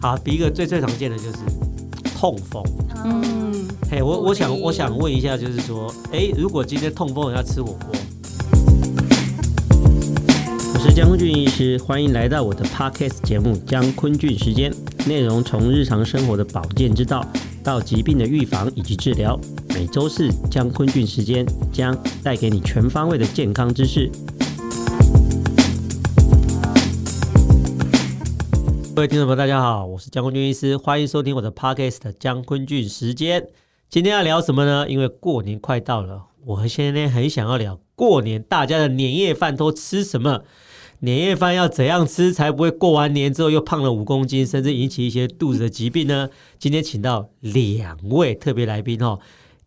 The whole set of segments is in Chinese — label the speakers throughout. Speaker 1: 好，第一个最最常见的就是痛风。
Speaker 2: 嗯，
Speaker 1: 嘿，我我想
Speaker 2: 对
Speaker 1: 我想问一下，就是说，哎，如果今天痛风人要吃火锅，我是江坤俊医师，欢迎来到我的 podcast 节目《江坤俊时间》，内容从日常生活的保健之道到疾病的预防以及治疗，每周四江坤俊时间将带给你全方位的健康知识。各位听众朋友，大家好，我是江坤俊医师，欢迎收听我的 podcast《江坤俊时间》。今天要聊什么呢？因为过年快到了，我现在很想要聊过年大家的年夜饭都吃什么，年夜饭要怎样吃才不会过完年之后又胖了五公斤，甚至引起一些肚子的疾病呢？今天请到两位特别来宾哦。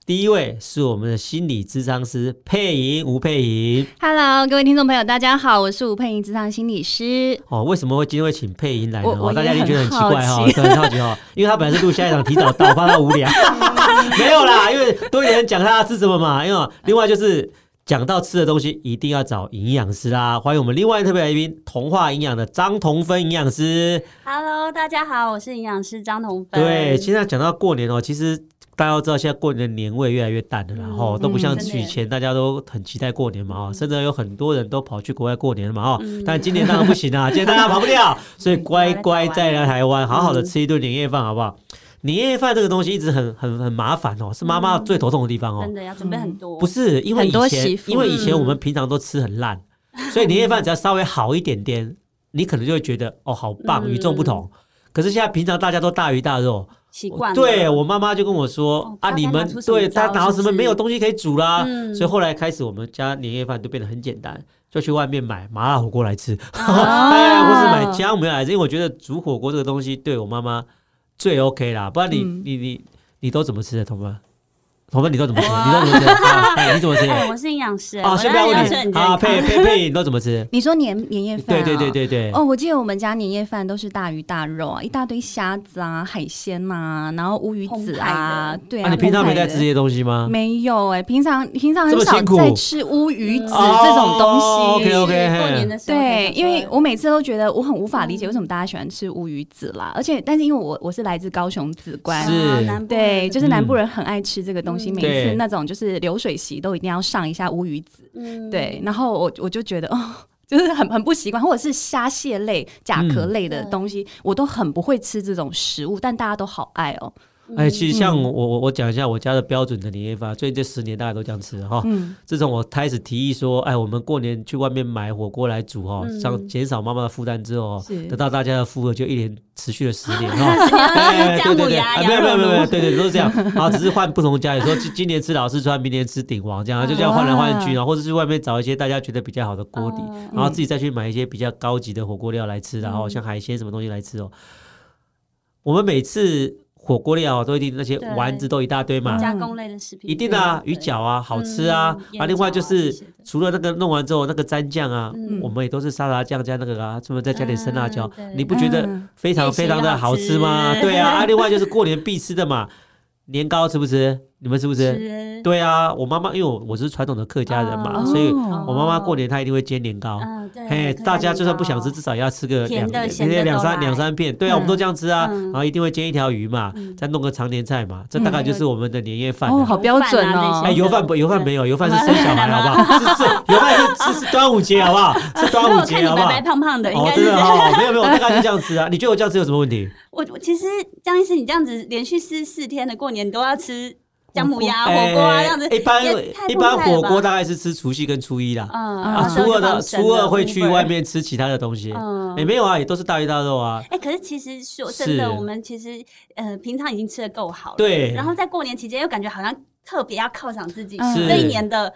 Speaker 1: 第一位是我们的心理咨商师佩莹吴佩莹
Speaker 2: Hello，各位听众朋友，大家好，我是吴佩莹，职场心理师。
Speaker 1: 哦，为什么会今天会请佩莹来呢？
Speaker 2: 我我
Speaker 1: 哦，大家一定觉得很奇
Speaker 2: 也
Speaker 1: 怪
Speaker 2: 很
Speaker 1: 哈、
Speaker 2: 好
Speaker 1: 哦，对很好奇哦，因为他本来是录下一场提早到，我怕他 无聊，没有啦，因为多一点人讲他吃什么嘛，因为另外就是。讲到吃的东西，一定要找营养师啦！欢迎我们另外特别来宾童话营养的张同芬营养师。
Speaker 3: Hello，大家好，我是营养师张同芬。
Speaker 1: 对，现在讲到过年哦，其实大家都知道，现在过年的年味越来越淡了啦，然
Speaker 3: 嗯
Speaker 1: 后、都不
Speaker 2: 嗯
Speaker 1: 像
Speaker 3: 真的
Speaker 1: 以前大家都很期待过年嘛，哦，甚至有很多人都跑去国外过年了嘛，哦、
Speaker 3: 嗯
Speaker 1: 但今年当然不 行啊，今年大家跑不掉，所以乖乖再来台湾，好好的
Speaker 3: 嗯
Speaker 1: 吃一顿年夜饭，好不好？年夜饭这个东西一直很很很麻烦哦，是妈妈最头痛的地方哦。
Speaker 3: 真的要准备嗯很多，
Speaker 1: 不是因为
Speaker 2: 很
Speaker 1: 以
Speaker 2: 多媳
Speaker 1: 前，
Speaker 2: 妇
Speaker 1: 因为以前
Speaker 3: 嗯
Speaker 1: 我们平常都吃很烂，所以年夜饭只要稍微好一点点，你可能就会觉得哦，好棒，
Speaker 3: 嗯
Speaker 1: 与众不同。可是现在平常大家都大鱼大肉，
Speaker 3: 习惯了。
Speaker 1: 对我妈妈就跟我说、
Speaker 3: 哦
Speaker 1: 啊，
Speaker 3: 她
Speaker 1: 你
Speaker 3: 她
Speaker 1: 们
Speaker 3: 拿出什么
Speaker 1: 对她
Speaker 3: 招
Speaker 1: 拿到
Speaker 3: 是
Speaker 1: 什
Speaker 3: 不
Speaker 1: 么没有
Speaker 3: 是
Speaker 1: 东西可以煮啦，
Speaker 3: 嗯
Speaker 1: 所以后来开始我们家年夜饭就变得很简单，就去外面买麻辣火锅来吃，
Speaker 3: 啊
Speaker 1: 哎，或是买姜母鸭来吃，因为我觉得煮火锅这个东西对我妈妈最 OK 啦，不然你、
Speaker 2: 嗯
Speaker 1: 你你你都怎么吃的，同们？同们你都怎么吃？你都怎么吃？啊哎你怎么吃？
Speaker 3: 哎，我是营养师，
Speaker 1: 哦，
Speaker 3: 我
Speaker 1: 先
Speaker 3: 当
Speaker 1: 不要
Speaker 3: 然
Speaker 1: 问
Speaker 3: 吃很
Speaker 1: 你
Speaker 3: 健
Speaker 1: 啊，
Speaker 3: 康
Speaker 1: 佩佩佩，你都怎么 吃？
Speaker 2: 你说年年夜饭、
Speaker 1: 对
Speaker 2: 啊？
Speaker 1: 对对。对对，
Speaker 2: 哦，我记得我们家年夜饭都是大鱼大肉啊，一大堆虾子啊、海鲜呐、然后乌鱼子啊
Speaker 3: 澎湃，的
Speaker 2: 对
Speaker 1: 啊，你平常没在吃这
Speaker 2: 澎湃
Speaker 1: 些东西吗
Speaker 2: 的？？没有哎、平常平常
Speaker 1: 这
Speaker 2: 很
Speaker 1: 么
Speaker 2: 少
Speaker 1: 辛苦
Speaker 2: 在吃乌鱼子
Speaker 3: 哦
Speaker 2: 这种东西。
Speaker 1: OK，OK
Speaker 3: 过年的时候才
Speaker 2: 对，
Speaker 3: 想说，
Speaker 2: 因为我每次都觉得我很无法理解为什么大家喜欢吃乌鱼子啦，而且但是因为我我是来自高雄紫关，
Speaker 1: 是
Speaker 3: 啊南部
Speaker 2: 对，就是南部
Speaker 1: 嗯
Speaker 2: 人很爱吃这个东西，
Speaker 3: 嗯
Speaker 2: 每
Speaker 1: 对
Speaker 2: 次那种就是流水席都一定要上一下乌鱼子。
Speaker 3: 嗯
Speaker 2: 对，然后我我就觉得哦。 就是很很不习惯，或者是虾蟹类、甲壳类的
Speaker 3: 嗯
Speaker 2: 东西，我都很不会吃这种食物，但大家都好爱哦。
Speaker 1: 哎，其实像
Speaker 2: 嗯
Speaker 1: 我我我讲一下我家的标准的年夜饭，最近这十年大家都这样吃哈。
Speaker 2: 嗯，
Speaker 1: 自从我开始提议说，哎，我们过年去外面买火锅来煮哦，
Speaker 3: 嗯
Speaker 1: 想减少妈妈的负担之后
Speaker 2: 是，
Speaker 1: 得到大家的附和，就一连持续了十 年哦。哎，对
Speaker 3: 姜
Speaker 1: 对
Speaker 3: 母
Speaker 1: 对，
Speaker 3: 鸭
Speaker 1: 啊没有没有没有
Speaker 3: 羊肉炉
Speaker 1: 没有，对对都是这 样，啊，只是换不同家，有时候今今年吃老四川，明年吃鼎王，这样就这样换来换
Speaker 3: 啊
Speaker 1: 去，
Speaker 2: 哇
Speaker 1: 然后或者去外面找一些大家觉得比较好的锅底，
Speaker 3: 嗯
Speaker 1: 然后自己再去买一些比较高级的火锅料来吃，然后像海鲜什么东西来吃哦。我们每次火锅料啊都一定那些
Speaker 3: 对
Speaker 1: 丸子都一大堆嘛，
Speaker 3: 加工类的食
Speaker 1: 啊
Speaker 3: 品，
Speaker 1: 一定的啊，
Speaker 3: 嗯对
Speaker 1: 鱼饺啊，好吃啊
Speaker 3: 嗯，
Speaker 1: 啊，
Speaker 3: 腌
Speaker 1: 另外
Speaker 3: 饺
Speaker 1: 就
Speaker 3: 啊
Speaker 1: 是
Speaker 3: 这些的
Speaker 1: 除了那个弄完之后那个蘸酱啊，
Speaker 3: 嗯
Speaker 1: 我们也都是沙拉酱加那个啊，专门再加点生辣椒
Speaker 3: 嗯，对
Speaker 1: 你不觉得
Speaker 2: 嗯
Speaker 1: 非常非常的好吃吗？
Speaker 3: 越吃越好吃
Speaker 1: 对啊， 啊，另外就是过年必吃的嘛，年糕吃不吃？你们吃不吃？
Speaker 3: 吃，
Speaker 1: 对啊，我妈妈因为我我是传统的客家人嘛，
Speaker 3: 哦
Speaker 1: 所以
Speaker 2: 哦
Speaker 1: 我妈妈过年她一定会煎年糕。
Speaker 3: 嗯对，
Speaker 1: 嘿，
Speaker 3: 客家
Speaker 1: 大家
Speaker 3: 年
Speaker 1: 就算不
Speaker 3: 糕
Speaker 1: 想吃，至少也要吃个两
Speaker 3: 甜的
Speaker 1: 两
Speaker 3: 咸的
Speaker 1: 两
Speaker 3: 都
Speaker 1: 三
Speaker 3: 来
Speaker 1: 两三片。对啊，我们都这样吃啊，
Speaker 3: 嗯
Speaker 1: 然后一定会煎一条鱼嘛，
Speaker 3: 嗯
Speaker 1: 再弄个常年菜嘛，这大概
Speaker 2: 嗯
Speaker 1: 就是我们的年夜饭
Speaker 2: 哦，
Speaker 1: 了。
Speaker 2: 好标准
Speaker 3: 油饭啊
Speaker 2: 哦
Speaker 3: 这
Speaker 1: 哎，
Speaker 3: 些。
Speaker 1: 油饭不油饭
Speaker 3: 对
Speaker 1: 没有，油饭是生小孩好不 好？是是油饭是是是端午节好不好？是端午
Speaker 3: 我看
Speaker 1: 节
Speaker 3: 你
Speaker 1: 好不
Speaker 3: 白
Speaker 1: 好
Speaker 3: 白？胖胖的，应
Speaker 1: 哦
Speaker 3: 该，
Speaker 1: 真
Speaker 3: 是
Speaker 1: 的哦，没有没有，我大概就这样吃啊。你觉得我这样吃有什么问题？
Speaker 3: 我我其实江医师，你这样子连续吃四天的过年都要吃姜母鸭、
Speaker 1: 哎
Speaker 3: 火锅 啊，这样子
Speaker 1: 一般
Speaker 3: 也太
Speaker 1: 一般
Speaker 3: 澎湃了
Speaker 1: 火锅
Speaker 3: 吧
Speaker 1: 大概是吃除夕跟初一啦。
Speaker 3: 嗯
Speaker 1: 啊，
Speaker 2: 啊
Speaker 1: 初二的初二会去外。
Speaker 3: 然后就放生的
Speaker 1: 面吃其他的东西，
Speaker 3: 嗯
Speaker 1: 也没有啊，也都是大鱼大肉 啊。
Speaker 3: 哎、可是其实说真的，
Speaker 1: 是
Speaker 3: 我们其实呃平常已经吃的够好了，
Speaker 1: 对
Speaker 3: 然后在过年期间又感觉好像特别要犒赏自己
Speaker 2: 是
Speaker 3: 这一年的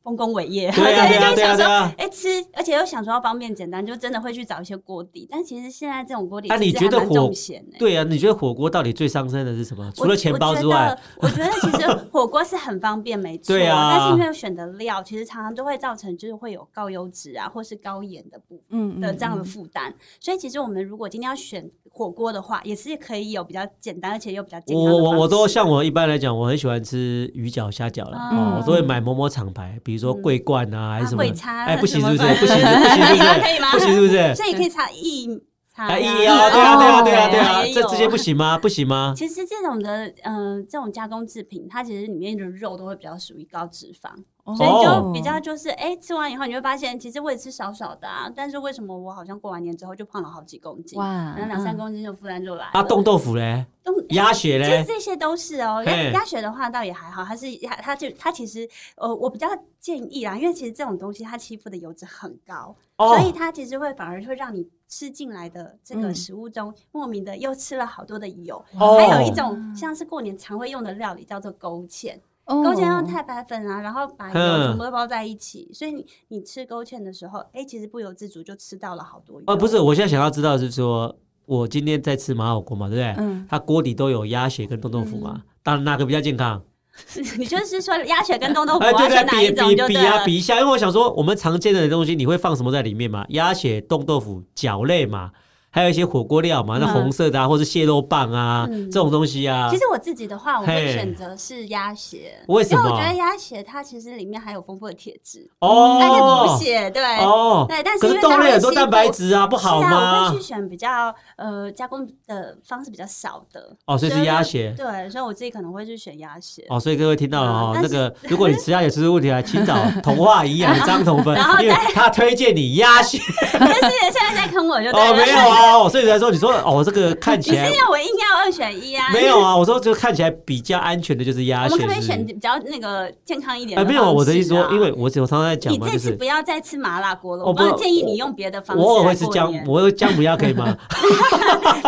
Speaker 3: 丰功伟业，
Speaker 1: 对 啊对啊
Speaker 3: 就
Speaker 1: 对啊
Speaker 3: 想
Speaker 1: 对
Speaker 3: 说。
Speaker 1: 啊。
Speaker 3: 哎、吃，而且又想说要方便简单，就真的会去找一些锅底。但其实现在这种锅底
Speaker 1: 啊
Speaker 3: 其
Speaker 1: 你
Speaker 3: 实
Speaker 1: 觉
Speaker 3: 还
Speaker 1: 得
Speaker 3: 蛮
Speaker 1: 火
Speaker 3: 重咸的、
Speaker 1: 对啊，你觉得火锅到底最伤身的是什么？除了钱包之外，
Speaker 3: 我觉得，我 觉得其实火锅是很方便，没错。
Speaker 1: 对啊
Speaker 3: 但是因为选的料，其实常常都会造成就是会有高油脂啊，或是高盐的部
Speaker 2: 嗯
Speaker 3: 的这样的负担。所以其实我们如果今天要选火锅的话，也是可以有比较简单而且又比较健
Speaker 1: 我
Speaker 3: 康的
Speaker 1: 我我我
Speaker 3: 方式
Speaker 1: 都像我一般来讲，我很喜欢吃鱼饺、虾饺了、
Speaker 3: 嗯
Speaker 1: 哦，我都会买某某厂牌，比如说桂冠啊，还是
Speaker 3: 啊
Speaker 1: 什么
Speaker 3: 贵。餐，
Speaker 1: 哎，不行是
Speaker 3: 什
Speaker 1: 不
Speaker 3: 么
Speaker 1: 是？不
Speaker 3: 饭
Speaker 1: 行是不行是不
Speaker 3: 可以
Speaker 1: 是？
Speaker 3: 吗？
Speaker 1: 不行是不是？
Speaker 3: 所以可以查一。它
Speaker 1: 哎
Speaker 3: 呀，
Speaker 1: 呀，对 啊，对啊，对啊，对啊，
Speaker 3: 也
Speaker 1: 这
Speaker 3: 有
Speaker 1: 这些不行吗？不行 吗？
Speaker 3: 哎其实这种的，嗯、这种加工制品，它其实里面的肉都会比较属于高脂肪，
Speaker 2: 哦
Speaker 3: 所以就比
Speaker 1: 哦
Speaker 3: 较就是，哎、吃完以后你会发现，其实我也吃少少的、啊，但是为什么我好像过完年之后就胖了好几公斤？
Speaker 2: 哇
Speaker 3: 可能两三公斤就负担就来了。
Speaker 1: 嗯啊，冻豆腐嘞，
Speaker 3: 动
Speaker 1: 鸭血
Speaker 3: 其实
Speaker 1: 嘞，
Speaker 3: 这些都是哦，鸭
Speaker 1: 嘿
Speaker 3: 鸭血的话倒也还好，它是它它就它其实呃，我比较建议啦，因为其实这种东西它欺负的油脂很高，所以
Speaker 1: 哦，
Speaker 3: 它其实会反而会让你吃进来的这个
Speaker 2: 嗯
Speaker 3: 食物中、莫名的又吃了好多的油。
Speaker 1: 哦
Speaker 3: 还有一种像是过年常会用的料理叫做勾芡，
Speaker 2: 哦
Speaker 3: 勾芡
Speaker 1: 哦
Speaker 3: 用太白粉啊，然后把油全部都包在一起，所以你你吃勾芡的时候，哎，其实不由自主就吃到了好多油。
Speaker 1: 呃，不是，我现在想要知道的是说，我今天在吃麻火锅嘛，对不对？
Speaker 2: 嗯，
Speaker 1: 它锅底都有鸭血跟冻豆腐
Speaker 3: 嗯
Speaker 1: 嘛，当然哪个比较健康？
Speaker 3: 你就是说鸭血跟 东 东腐
Speaker 1: 哎，
Speaker 3: 要
Speaker 1: 对
Speaker 3: 选哪一
Speaker 1: 对，
Speaker 3: 种
Speaker 1: 比
Speaker 3: 就
Speaker 1: 比比
Speaker 3: 对
Speaker 1: 啊
Speaker 3: 了。
Speaker 1: 比一下，因为我想说，我们常见的东西你会放什么在里面嘛？鸭血、冻豆腐、饺类嘛，还有一些火锅料嘛，那
Speaker 3: 嗯
Speaker 1: 红色的啊，或是蟹肉棒啊
Speaker 3: 嗯
Speaker 1: 这种东西啊
Speaker 3: 其。实我自己的话，我
Speaker 1: 嘿
Speaker 3: 会选择是鸭血，
Speaker 1: 为什么
Speaker 3: 因为我觉得鸭血它其实里面含有丰富的铁质，
Speaker 1: 哦，
Speaker 3: 但是补血，对。
Speaker 1: 哦，
Speaker 3: 对但是
Speaker 1: 可
Speaker 3: 因
Speaker 1: 是
Speaker 3: 为
Speaker 1: 豆
Speaker 3: 它
Speaker 1: 类
Speaker 3: 会
Speaker 1: 很多
Speaker 3: 吸
Speaker 1: 蛋白
Speaker 3: 附
Speaker 1: 质啊，不好
Speaker 3: 是啊，我
Speaker 1: 吗
Speaker 3: 会去？选比较呃加工的方式比较少的，
Speaker 1: 哦，所以是
Speaker 3: 所以
Speaker 1: 鸭
Speaker 3: 我
Speaker 1: 血。
Speaker 3: 对，所以我自己可能会去选鸭血。
Speaker 1: 哦，所以各位听到了哦，
Speaker 3: 嗯
Speaker 1: 那
Speaker 3: 但是
Speaker 1: 个如果你吃鸭血出问题来，请找童话营养张同芬
Speaker 3: 然后，再
Speaker 1: 因为他推荐你鸭血。
Speaker 3: 但是现在在坑我就 对
Speaker 1: 哦，
Speaker 3: 了，
Speaker 1: 没有啊，哦所以才说你说哦，这个看
Speaker 3: 你
Speaker 1: 起
Speaker 3: 是
Speaker 1: 来
Speaker 3: 因为我硬要二选一 啊？
Speaker 1: 没有啊，我说就看起来比较安全的就是鸭
Speaker 3: 我
Speaker 1: 血。
Speaker 3: 们可不可以
Speaker 1: 是
Speaker 3: 选
Speaker 1: 不是
Speaker 3: 比较那个健康一点
Speaker 1: 呃，没
Speaker 3: 的方式啊？
Speaker 1: 有，我的意思说，因为我只有常常在讲
Speaker 3: 你
Speaker 1: 嘛，
Speaker 3: 这
Speaker 1: 就
Speaker 3: 次
Speaker 1: 是
Speaker 3: 不要再吃麻辣锅了，
Speaker 1: 哦
Speaker 3: 我
Speaker 1: 不
Speaker 3: 帮你建议你用别的方式。
Speaker 1: 我偶尔会吃姜，我会姜母鸭可以 吗？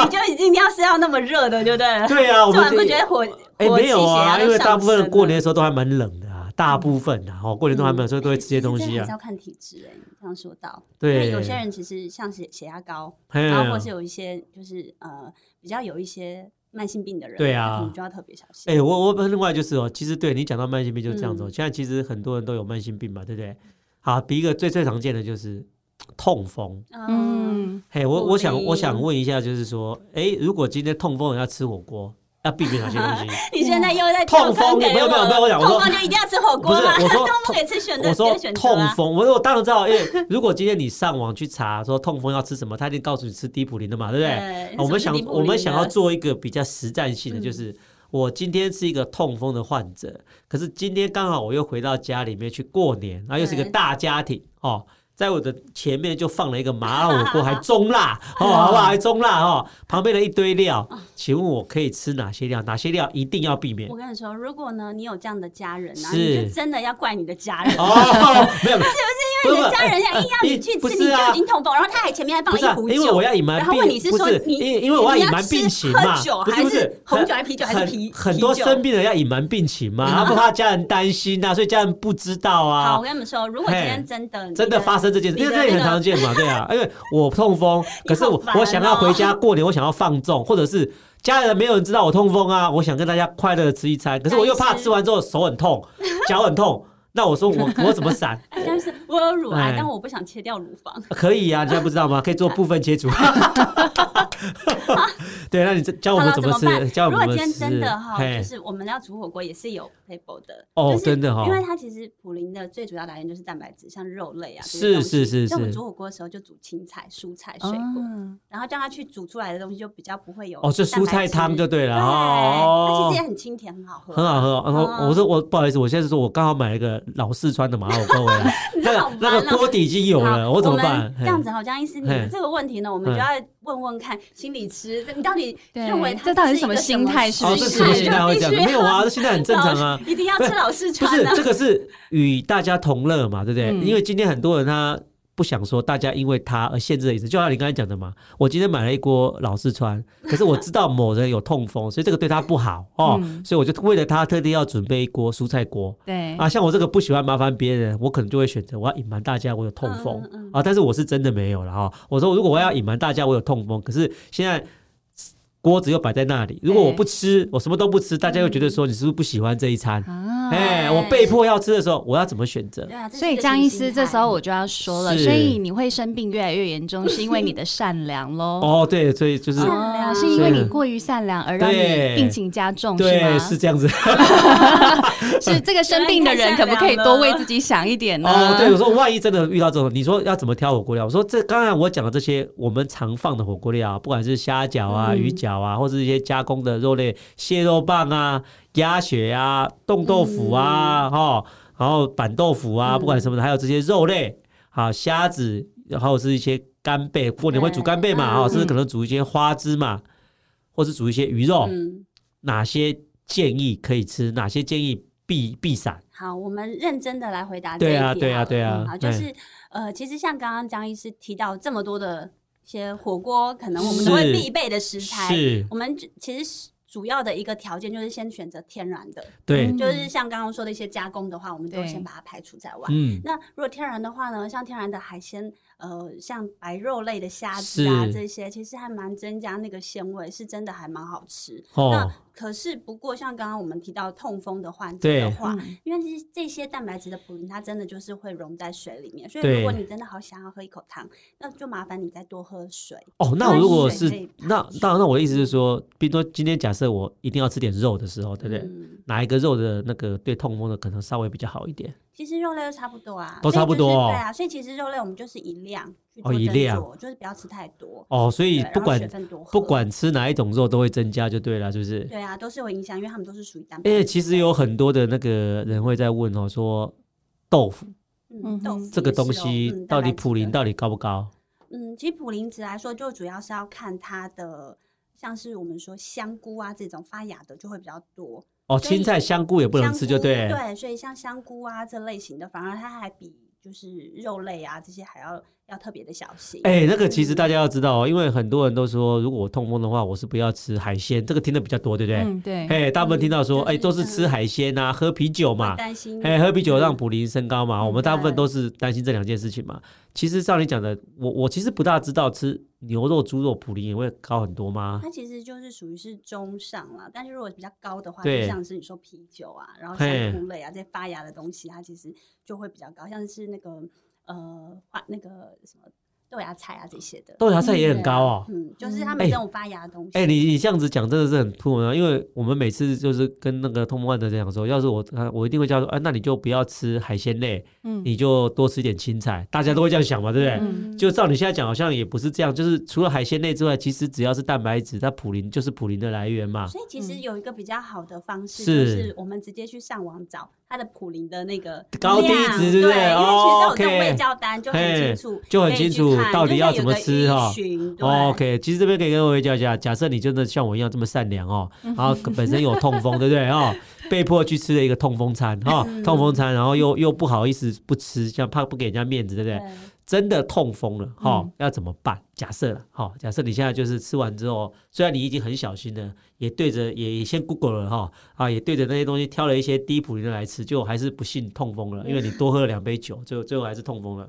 Speaker 3: 你就一定要是要那么热的，就对 了。
Speaker 1: 对啊，我
Speaker 3: 这
Speaker 1: 们
Speaker 3: 碗不觉得火？
Speaker 1: 哎
Speaker 3: 火气
Speaker 1: 没有
Speaker 3: 血压
Speaker 1: 啊，
Speaker 3: 都
Speaker 1: 因为
Speaker 3: 上
Speaker 1: 大部分
Speaker 3: 升
Speaker 1: 过
Speaker 3: 了嗯
Speaker 1: 年的时候都还蛮冷的啊，大部分啊，哦，过年都还蛮，所以都会吃些东
Speaker 3: 其
Speaker 1: 西
Speaker 3: 实还是
Speaker 1: 啊
Speaker 3: 要。看体质哎、你这样说到，因为
Speaker 1: 对，啊
Speaker 3: 有些人其实像血血压高，
Speaker 1: 嘿，
Speaker 3: 然后或是有一些就是呃比较有一些慢性病的人，
Speaker 1: 对啊
Speaker 3: 你就要特别小心。
Speaker 1: 哎、我我另外就是哦，其实对你讲到慢性病就是这样子、哦。
Speaker 3: 嗯
Speaker 1: 现在其实很多人都有慢性病嘛，对不对？好，第一个最最常见的就是痛风。
Speaker 3: 嗯，
Speaker 2: 嗯，
Speaker 1: 嘿，我
Speaker 3: 骨
Speaker 1: 我想我
Speaker 3: 龄
Speaker 1: 想问一下，就是说，哎、如果今天痛风人要吃火锅，要避免哪些东 西？
Speaker 3: 你现在又在
Speaker 1: 痛风
Speaker 3: 给
Speaker 1: 没有没有
Speaker 3: 我
Speaker 1: 没有我想我说
Speaker 3: 痛风就一定要吃火
Speaker 1: 不
Speaker 3: 锅
Speaker 1: 是
Speaker 3: 吗？
Speaker 1: 我说
Speaker 3: 痛
Speaker 1: 痛
Speaker 3: 风也吃选择
Speaker 1: 我说
Speaker 3: 选择
Speaker 1: 痛
Speaker 3: 啊。
Speaker 1: 风，我说我当然知道，因为如果今天你上网去查说痛风要吃什么，他一定告诉你吃低普林的嘛，对不对？
Speaker 3: 对
Speaker 1: 我们想我们想要，
Speaker 3: 哎什么是
Speaker 1: 做一个比较实战性的，
Speaker 3: 嗯
Speaker 1: 就是我今天是一个痛风的患者，可是今天刚好我又回到家里面去过年，然后又是一个
Speaker 3: 对
Speaker 1: 大家庭
Speaker 3: 嗯
Speaker 1: 哦。在我的前面就放了一个麻辣火锅，还中 辣哦，好不好？还中辣哦，旁边的一堆料，请问我可以吃哪些料？哪些料一定要避免
Speaker 3: 哦我？跟你说，如果呢你有这样的家人啊，
Speaker 1: 是
Speaker 3: 你就真的要怪你的家 人。
Speaker 1: 哦，没有，
Speaker 3: 因为
Speaker 1: 不
Speaker 3: 你
Speaker 1: 是
Speaker 3: 的家人家硬要你去
Speaker 1: 不
Speaker 3: 吃，
Speaker 1: 是
Speaker 3: 你
Speaker 1: 啊
Speaker 3: 就已经痛风，然后他还前面还放
Speaker 1: 不
Speaker 3: 了
Speaker 1: 是、
Speaker 3: 一
Speaker 1: 啊，
Speaker 3: 壶
Speaker 1: 因为我
Speaker 3: 酒。
Speaker 1: 要隐瞒
Speaker 3: 然
Speaker 1: 病，
Speaker 3: 后问你是
Speaker 1: 不
Speaker 3: 说
Speaker 1: 是
Speaker 3: 你
Speaker 1: 因因为我
Speaker 3: 你
Speaker 1: 要隐
Speaker 3: 要
Speaker 1: 瞒
Speaker 3: 吃
Speaker 1: 病情嘛
Speaker 3: 喝酒，
Speaker 1: 不是不
Speaker 3: 还是红
Speaker 1: 很
Speaker 3: 酒还是啤酒还是
Speaker 1: 很
Speaker 3: 啤
Speaker 1: 很
Speaker 3: 啤
Speaker 1: 多
Speaker 3: 酒
Speaker 1: 生病的要隐瞒病情 嘛，他不怕家人担心啊呐、所以家人不知道
Speaker 3: 好，
Speaker 1: 啊
Speaker 3: 我。跟你们说，如果今
Speaker 1: 嘿
Speaker 3: 天真的你
Speaker 1: 真的 发生这件事，因为这也很常见嘛，对啊，因为我痛风，可是我
Speaker 3: 你好烦哦
Speaker 1: 我想要回家过年，我想要放纵，或者是家人没有人知道我痛风啊，我想跟大家快乐的吃一餐，可是我又怕
Speaker 3: 但是
Speaker 1: 吃完之后手很 痛，脚很痛，那我说我我怎么闪？
Speaker 3: 哎但是我有乳
Speaker 1: 哎
Speaker 3: 癌，但我不想切掉乳房。
Speaker 1: 可以啊，你现在不知道吗？可以做部分切 除。 对，那你这教我
Speaker 3: 好
Speaker 1: 们
Speaker 3: 了，
Speaker 1: 怎
Speaker 3: 怎
Speaker 1: 么吃？
Speaker 3: 办？
Speaker 1: 教我
Speaker 3: 如果
Speaker 1: 们怎么
Speaker 3: 今天
Speaker 1: 吃？
Speaker 3: 真的哈，
Speaker 1: 嘿
Speaker 3: 就是我们要煮火锅也是有 table 的
Speaker 1: 哦
Speaker 3: 就是
Speaker 1: 真的哈
Speaker 3: 因为它其实普林的最主要来源就是蛋白质，像肉类啊，这
Speaker 1: 是
Speaker 3: 些东西
Speaker 1: 是是
Speaker 3: 所以我们
Speaker 1: 是哦
Speaker 3: 煮火锅的时候就煮青菜、蔬菜、水
Speaker 2: 水
Speaker 3: 果，
Speaker 2: 果，
Speaker 3: 然后叫它去煮出来的东西就比较不会有
Speaker 1: 哦，就蔬
Speaker 3: 蛋白
Speaker 1: 菜
Speaker 3: 质
Speaker 1: 汤就对
Speaker 3: 对，
Speaker 1: 了
Speaker 3: 它
Speaker 1: 哦
Speaker 3: 其实。也很清甜，很好喝。
Speaker 1: 很好喝哦，然后
Speaker 3: 嗯
Speaker 1: 我说我不好意思，我现在是说我刚好买了一个老四川的麻辣火锅回来， 那个
Speaker 3: 好烦
Speaker 1: 那个
Speaker 3: 哦
Speaker 1: 锅底已经有了，
Speaker 3: 好
Speaker 1: 我怎么
Speaker 3: 们
Speaker 1: 办？
Speaker 3: 这样子好，江医师，你的
Speaker 1: 嘿
Speaker 3: 这个问题呢，我们就要问问看心理师，你到底
Speaker 2: 对
Speaker 3: 认为他
Speaker 2: 这到底
Speaker 3: 是
Speaker 2: 是什么
Speaker 3: 一个
Speaker 2: 心态
Speaker 1: 嘿
Speaker 2: 是
Speaker 1: 哦，
Speaker 2: 不
Speaker 1: 这
Speaker 2: 是
Speaker 1: 什么心态会这样？没有啊，，这心态很
Speaker 3: 必须
Speaker 1: 正
Speaker 3: 要
Speaker 1: 常啊。
Speaker 3: 一定要
Speaker 1: 不
Speaker 3: 吃
Speaker 1: 是
Speaker 3: 老四
Speaker 1: 不
Speaker 3: 川
Speaker 1: 是
Speaker 3: 啊，
Speaker 1: 这个是与大家同乐嘛，对不对？
Speaker 2: 嗯
Speaker 1: 因为今天很多人他不想说大家因为他而限制的饮食，就像你刚才讲的嘛，我今天买了一锅老四川，可是我知道某人有痛风，所以这个对他不好哦，
Speaker 2: 嗯
Speaker 1: 所以我就为了他特地要准备一锅蔬菜锅。
Speaker 2: 对
Speaker 1: 啊，像我这个不喜欢麻烦别人，我可能就会选择我要隐瞒大家我有痛风、
Speaker 3: 嗯嗯嗯
Speaker 1: 啊，但是我是真的没有了哈、我说如果我要隐瞒大家我有痛风，可是现在锅子又摆在那里，如果
Speaker 2: 哎
Speaker 1: 我不吃，我什么都不吃，大家又觉得说你是不是不喜欢这一餐？
Speaker 2: 啊
Speaker 1: 哎、我被迫要吃的时候，我要怎么选择？
Speaker 3: 对啊，这是
Speaker 2: 所以
Speaker 3: 一个
Speaker 2: 张
Speaker 3: 新
Speaker 2: 医
Speaker 3: 心
Speaker 2: 师，这
Speaker 3: 态
Speaker 2: 时候我就要说了，
Speaker 1: 是
Speaker 2: 所以你会生病越来越严重，是因为你的善良喽。
Speaker 1: 哦，对，所以就是、
Speaker 3: 哦
Speaker 2: 哦是因为
Speaker 1: 是
Speaker 2: 你过于善良而让
Speaker 1: 对
Speaker 2: 你病情加重，是
Speaker 1: 对，
Speaker 2: 吗？
Speaker 1: 是这样子。
Speaker 2: 是这个生病的人，
Speaker 3: 原来
Speaker 2: 可
Speaker 3: 你太
Speaker 2: 不可以
Speaker 3: 善良
Speaker 2: 多
Speaker 3: 了
Speaker 2: 为自己想一点呢？
Speaker 1: 哦，对，我说万一真的遇到这种，你说要怎么挑火锅料？我说这刚才我讲的这些我们常放的火锅料啊，不管是虾饺啊、
Speaker 2: 嗯
Speaker 1: 鱼饺啊，或是一些加工的肉类，蟹肉棒啊、鸭血啊、冻豆腐啊，
Speaker 3: 嗯
Speaker 1: 哈、然后板豆腐啊，不管什么的，还有这些肉类，好虾子，然后是一些干贝，过年会煮干贝嘛，
Speaker 3: 对
Speaker 1: 哦，
Speaker 3: 嗯
Speaker 1: 甚至可能煮一些花枝嘛，或是煮一些鱼肉，
Speaker 3: 嗯，
Speaker 1: 哪些建议可以吃，哪些建议避避闪？
Speaker 3: 好，我们认真的来回答这一
Speaker 1: 对
Speaker 3: 点
Speaker 1: 啊
Speaker 3: 好了。
Speaker 1: 对啊对啊
Speaker 3: 嗯好，就
Speaker 1: 哎
Speaker 3: 是呃，其实像刚刚张医师提到这么多的一些火锅，可能我们都会
Speaker 1: 是
Speaker 3: 必备的食材，
Speaker 1: 是，
Speaker 3: 我们只其实主要的一个条件就是先选择天然的，
Speaker 1: 对
Speaker 2: 嗯，
Speaker 3: 就是像刚刚说的一些加工的话，我们都
Speaker 2: 对
Speaker 3: 先把它排除在外。
Speaker 1: 嗯
Speaker 3: 那如果天然的话呢，像天然的海鲜，呃，像白肉类的虾子啊
Speaker 1: 是
Speaker 3: 这些，其实还蛮增加那个鲜味，是真的还蛮好吃。
Speaker 1: 哦
Speaker 3: 那，可是不过像刚刚我们提到痛风的患者
Speaker 1: 对
Speaker 3: 的话，
Speaker 2: 嗯
Speaker 3: 因为这些这些蛋白质的嘌呤它真的就是会溶在水里面，所以
Speaker 1: 对
Speaker 3: 如果你真的好想要喝一口汤，那就麻烦你再多喝水。
Speaker 1: 哦，那我如果
Speaker 3: 水
Speaker 1: 是
Speaker 3: 可以排
Speaker 1: 那
Speaker 3: 出
Speaker 1: 那那我的意思是说，比如说今天假设我一定要吃点肉的时候，对不对？
Speaker 3: 嗯，
Speaker 1: 哪一个肉的那个对痛风的可能稍微比较好一点？
Speaker 3: 其实肉类都差不多啊，
Speaker 1: 都差不多
Speaker 3: 所以就
Speaker 1: 哦
Speaker 3: 是对啊，所以其实肉类我们就是一量去做
Speaker 1: 哦一
Speaker 3: 斟
Speaker 1: 量
Speaker 3: 酌，就是不要吃太多。
Speaker 1: 哦，所以不
Speaker 3: 对然后
Speaker 1: 管
Speaker 3: 水分多喝
Speaker 1: 不管吃哪一种肉都会增加就对了，是不是？
Speaker 3: 对啊，都是有影响，因为他们都是属于蛋白
Speaker 1: 因
Speaker 3: 质类。
Speaker 1: 为其实有很多的那个人会在问哦，说豆腐
Speaker 3: 嗯豆
Speaker 2: 嗯
Speaker 3: 腐
Speaker 1: 这个
Speaker 3: 也是
Speaker 1: 东
Speaker 3: 有
Speaker 1: 西
Speaker 3: 嗯
Speaker 1: 到
Speaker 3: 蛋
Speaker 1: 底
Speaker 3: 白质
Speaker 1: 普林
Speaker 3: 的
Speaker 1: 到底高不高？
Speaker 3: 嗯，其实普林值来说，就主要是要看它的，像是我们说香菇啊这种发芽的就会比较多，
Speaker 1: 哦，
Speaker 3: 所以
Speaker 1: 青菜香菇也不能
Speaker 3: 香
Speaker 1: 吃就
Speaker 3: 菇
Speaker 1: 对。
Speaker 3: 对，所以像香菇啊这类型的，反而它还比就是肉类啊这些还要要特别的小心。
Speaker 1: 哎、那个其实
Speaker 3: 嗯
Speaker 1: 大家要知道哦，因为很多人都说，如果我痛风的话，我是不要吃海鲜，这个听的比较多，对不对？
Speaker 2: 嗯，对，
Speaker 1: 哎，大部分听到说，
Speaker 3: 嗯
Speaker 1: 哎，都是
Speaker 3: 就是
Speaker 1: 吃海鲜啊，喝啤酒嘛
Speaker 3: 会，担心
Speaker 1: 哎，喝啤酒让
Speaker 3: 嗯
Speaker 1: 普林升高嘛，
Speaker 3: 嗯
Speaker 1: 我们大部分
Speaker 3: 对
Speaker 1: 都是担心这两件事情嘛。其实照你讲的，我我其实不大知道吃牛肉、猪肉普林也会高很多吗？
Speaker 3: 它其实就是属于是中上啦，但是如果比较高的话，
Speaker 1: 对
Speaker 3: 就像是你说啤酒啊，然后
Speaker 1: 嘿
Speaker 3: 香菇类啊，这些发芽的东西，它其实就会比较高，像是那个呃花那个什么豆芽菜啊这些的，
Speaker 1: 豆芽菜也很高哦。
Speaker 3: 嗯，就是他
Speaker 1: 嗯
Speaker 3: 们这种发芽的东西。
Speaker 1: 哎、你你这样子讲真的是很突然啊，因为我们每次就是跟那个痛风患者这样说，要是我啊我一定会叫他说，哎、那你就不要吃海鲜类，
Speaker 2: 嗯，
Speaker 1: 你就多吃一点青菜，大家都会这样想嘛，对不对？
Speaker 2: 嗯
Speaker 1: 就照你现在讲，好像也不是这样，就是除了海鲜类之外，其实只要是蛋白质，它普林就是普林的来源嘛。
Speaker 3: 所以其实
Speaker 2: 嗯
Speaker 3: 有一个比较好的方式，
Speaker 1: 是
Speaker 3: 就是我们直接去上网找它的普林的那个
Speaker 1: 高低
Speaker 3: 量
Speaker 1: 值对
Speaker 3: 对
Speaker 1: 不对
Speaker 3: 因为其实都有这种
Speaker 1: OK
Speaker 3: 味教单，就很
Speaker 1: 嘿
Speaker 3: 清楚，
Speaker 1: 就很
Speaker 3: 可以
Speaker 1: 清
Speaker 3: 去
Speaker 1: 楚
Speaker 3: 看
Speaker 1: 到底
Speaker 3: 就是
Speaker 1: 要
Speaker 3: 有
Speaker 1: 怎么
Speaker 3: 个
Speaker 1: 吃哦
Speaker 3: 依循对
Speaker 1: OK，其实这边可以跟各位讲一下，假设你真的像我一样这么善良哦，
Speaker 3: 嗯
Speaker 1: 然后本身有痛风，对不对哦？被迫去吃了一个痛风餐哈、
Speaker 3: 嗯
Speaker 1: 痛风餐，然后又又不好意思不吃，像怕不给人家面子，对不对？
Speaker 3: 对
Speaker 1: 真的痛风了哈、要怎么办？假设了哈、假设你现在就是吃完之后，虽然你已经很小心了，也对着也也先 Google 了哈、啊，也对着那些东西挑了一些低普林的来吃，就还是不幸痛风了，因为你多喝了两杯酒，最后最后还是痛风了，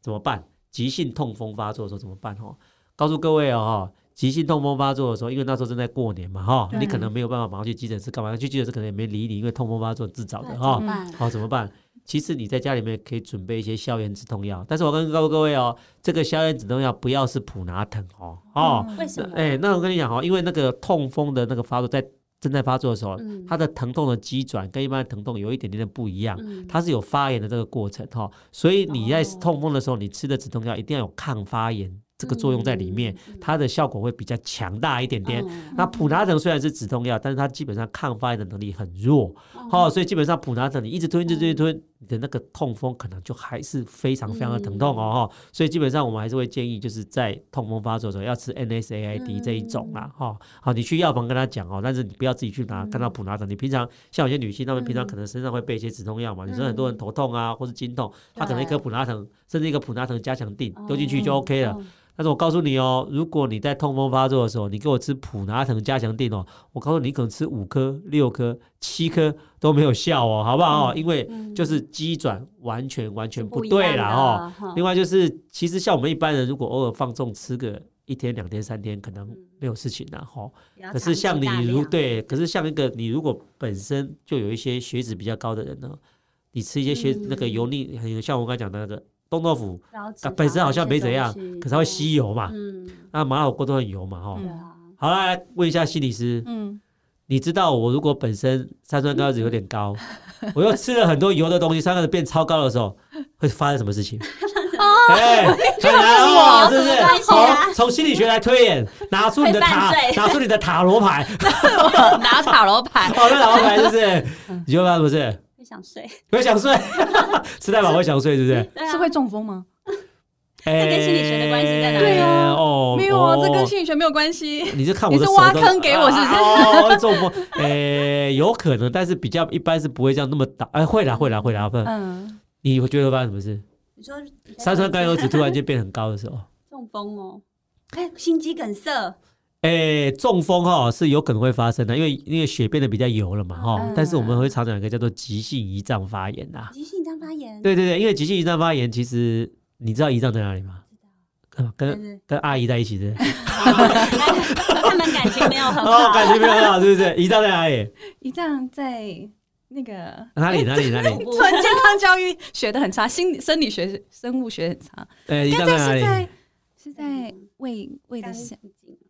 Speaker 1: 怎么办？急性痛风发作的时候怎么办？哈、告诉各位哦，哈，急性痛风发作的时候，因为那时候正在过年嘛，哈、
Speaker 2: 对
Speaker 1: 你可能没有办法马上去急诊室干嘛？去急诊室可能也没理你，因为痛风发作自找
Speaker 3: 对
Speaker 1: 的哦
Speaker 3: 怎
Speaker 1: 哈。
Speaker 3: 么办
Speaker 1: 好、怎么办？其实你在家里面可以准备一些消炎止痛药，但是我跟告诉各位哦，这个消炎止痛药不要是普拿疼哦
Speaker 3: 嗯
Speaker 1: 哦，
Speaker 2: 嗯
Speaker 3: 为什么？
Speaker 1: 哎、那我跟你讲哦，因为那个痛风的那个发作在正在发作的时候，
Speaker 3: 嗯
Speaker 1: 它的疼痛的机转跟一般的疼痛有一点点的不一样，
Speaker 3: 嗯
Speaker 1: 它是有发炎的这个过程哈、哦，所以你在
Speaker 3: 哦
Speaker 1: 痛风的时候，你吃的止痛药一定要有抗发炎这个作用在里面，
Speaker 3: 嗯嗯嗯
Speaker 1: 它的效果会比较强大一点点。
Speaker 3: 嗯
Speaker 1: 那普拿疼虽然是止痛药，但是它基本上抗发炎的能力很弱，哦，所以基本上普拿疼你一直吞、一直吞、一直吞，你的那个痛风可能就还是非常非常的疼痛哦。哈所以基本上我们还是会建议，就是在痛风发作的时候要吃 NSAID 这一种啦，哈、好，你去药房跟他讲哦，但是你不要自己去拿，看到普拿疼，你平常像有些女性，她们平常可能身上会备一些止痛药嘛，女生很多人头痛啊，或是经痛，她可能一颗
Speaker 3: 对
Speaker 1: 普拿疼，甚至一个普拿疼加强定丢进去就
Speaker 3: 哦
Speaker 1: OK 了。
Speaker 3: 嗯
Speaker 1: 但是我告诉你哦，如果你在痛风发作的时候，你给我吃普拿疼加强定哦，我告诉你，你可能吃五颗、六颗、七颗都没有效哦，好不好、哦？
Speaker 3: 嗯
Speaker 1: 因为就是机转完全完全不对啦哦。
Speaker 3: 哦
Speaker 1: 另外就是，其实像我们一般人，如果偶尔放纵吃个一天、两天、三天可能没有事情啊，哈。
Speaker 3: 比较
Speaker 1: 可是像
Speaker 3: 嗯长期大
Speaker 1: 你如
Speaker 3: 量
Speaker 1: 对，可是像一个你如果本身就有一些血脂比较高的人呢，你吃一些血、那个
Speaker 3: 嗯
Speaker 1: 油腻，很有像我刚才讲的那个冻豆腐，
Speaker 3: 高脂
Speaker 1: 啊
Speaker 3: 肪
Speaker 1: 本身好像
Speaker 3: 这
Speaker 1: 没
Speaker 3: 些
Speaker 1: 怎样
Speaker 3: 东西
Speaker 1: 可是它会吸油嘛，
Speaker 3: 嗯，
Speaker 1: 那麻辣火锅都很油嘛，哈。
Speaker 3: 对
Speaker 2: 嗯
Speaker 3: 啊，
Speaker 1: 好啦，来问一下心理师，
Speaker 2: 嗯，
Speaker 1: 你知道我如果本身三酸甘油脂有点高， 我又吃了很多油的东西，三酸甘油脂变超高的时候，会发生什么事情？
Speaker 3: 哦
Speaker 1: 哎，很难哦，是不
Speaker 3: 有什么关
Speaker 1: 是？
Speaker 3: 系啊
Speaker 1: 好，从心理学来推演，拿出你的塔
Speaker 3: 会犯，罪
Speaker 1: 拿出你的塔罗牌，
Speaker 2: 拿塔罗牌，
Speaker 1: 好，那塔罗牌是不
Speaker 3: 嗯
Speaker 1: 是？你就发生什么事？
Speaker 3: 会想睡，
Speaker 1: 会想 睡，吃太饱会想睡，是不是？
Speaker 3: 对啊
Speaker 2: 嗯是会中风吗？
Speaker 1: 哎，
Speaker 3: 跟心理学的关系在哪里
Speaker 2: 对啊
Speaker 1: 哦，
Speaker 2: 没有啊，这跟
Speaker 1: 哦
Speaker 2: 心理学没有关系。
Speaker 1: 你是看我的
Speaker 2: 你是
Speaker 1: 手
Speaker 2: 挖
Speaker 1: 都
Speaker 2: 坑给我是不是
Speaker 1: 啊哦，中风，诶、有可能，但是比较一般是不会这样那么大，哎、会啦，会啦，会啦，不然
Speaker 2: 嗯，
Speaker 1: 你会觉得会发生什么事？
Speaker 3: 你说
Speaker 1: 三酸甘油脂突然间变很高的时候，
Speaker 3: 中风哦，哎，心肌梗塞，
Speaker 1: 诶、中风哈、是有可能会发生的，因为因为血变得比较油了嘛哈、
Speaker 2: 嗯
Speaker 1: 但是我们会常讲一个叫做急性胰脏发炎呐、
Speaker 3: 急性张发炎，
Speaker 1: 对对对，因为急性胰脏发炎，其实你知道胰脏在哪里吗？啊
Speaker 3: 对，
Speaker 2: 嗯
Speaker 1: 跟
Speaker 3: 对
Speaker 1: 跟阿姨在一起的，
Speaker 3: 对他们感情没有很
Speaker 1: 哦，
Speaker 3: 好，
Speaker 1: 感觉没有很好，是不是？胰脏在哪里？
Speaker 2: 一样在那个
Speaker 1: 哪里？哪里？哪里？
Speaker 2: 突 然健康教育学的很差，心理生理学、生物学很差。
Speaker 1: 诶、胰脏
Speaker 2: 但
Speaker 1: 在哪
Speaker 2: 是
Speaker 1: 里
Speaker 2: 在？是在胃胃的下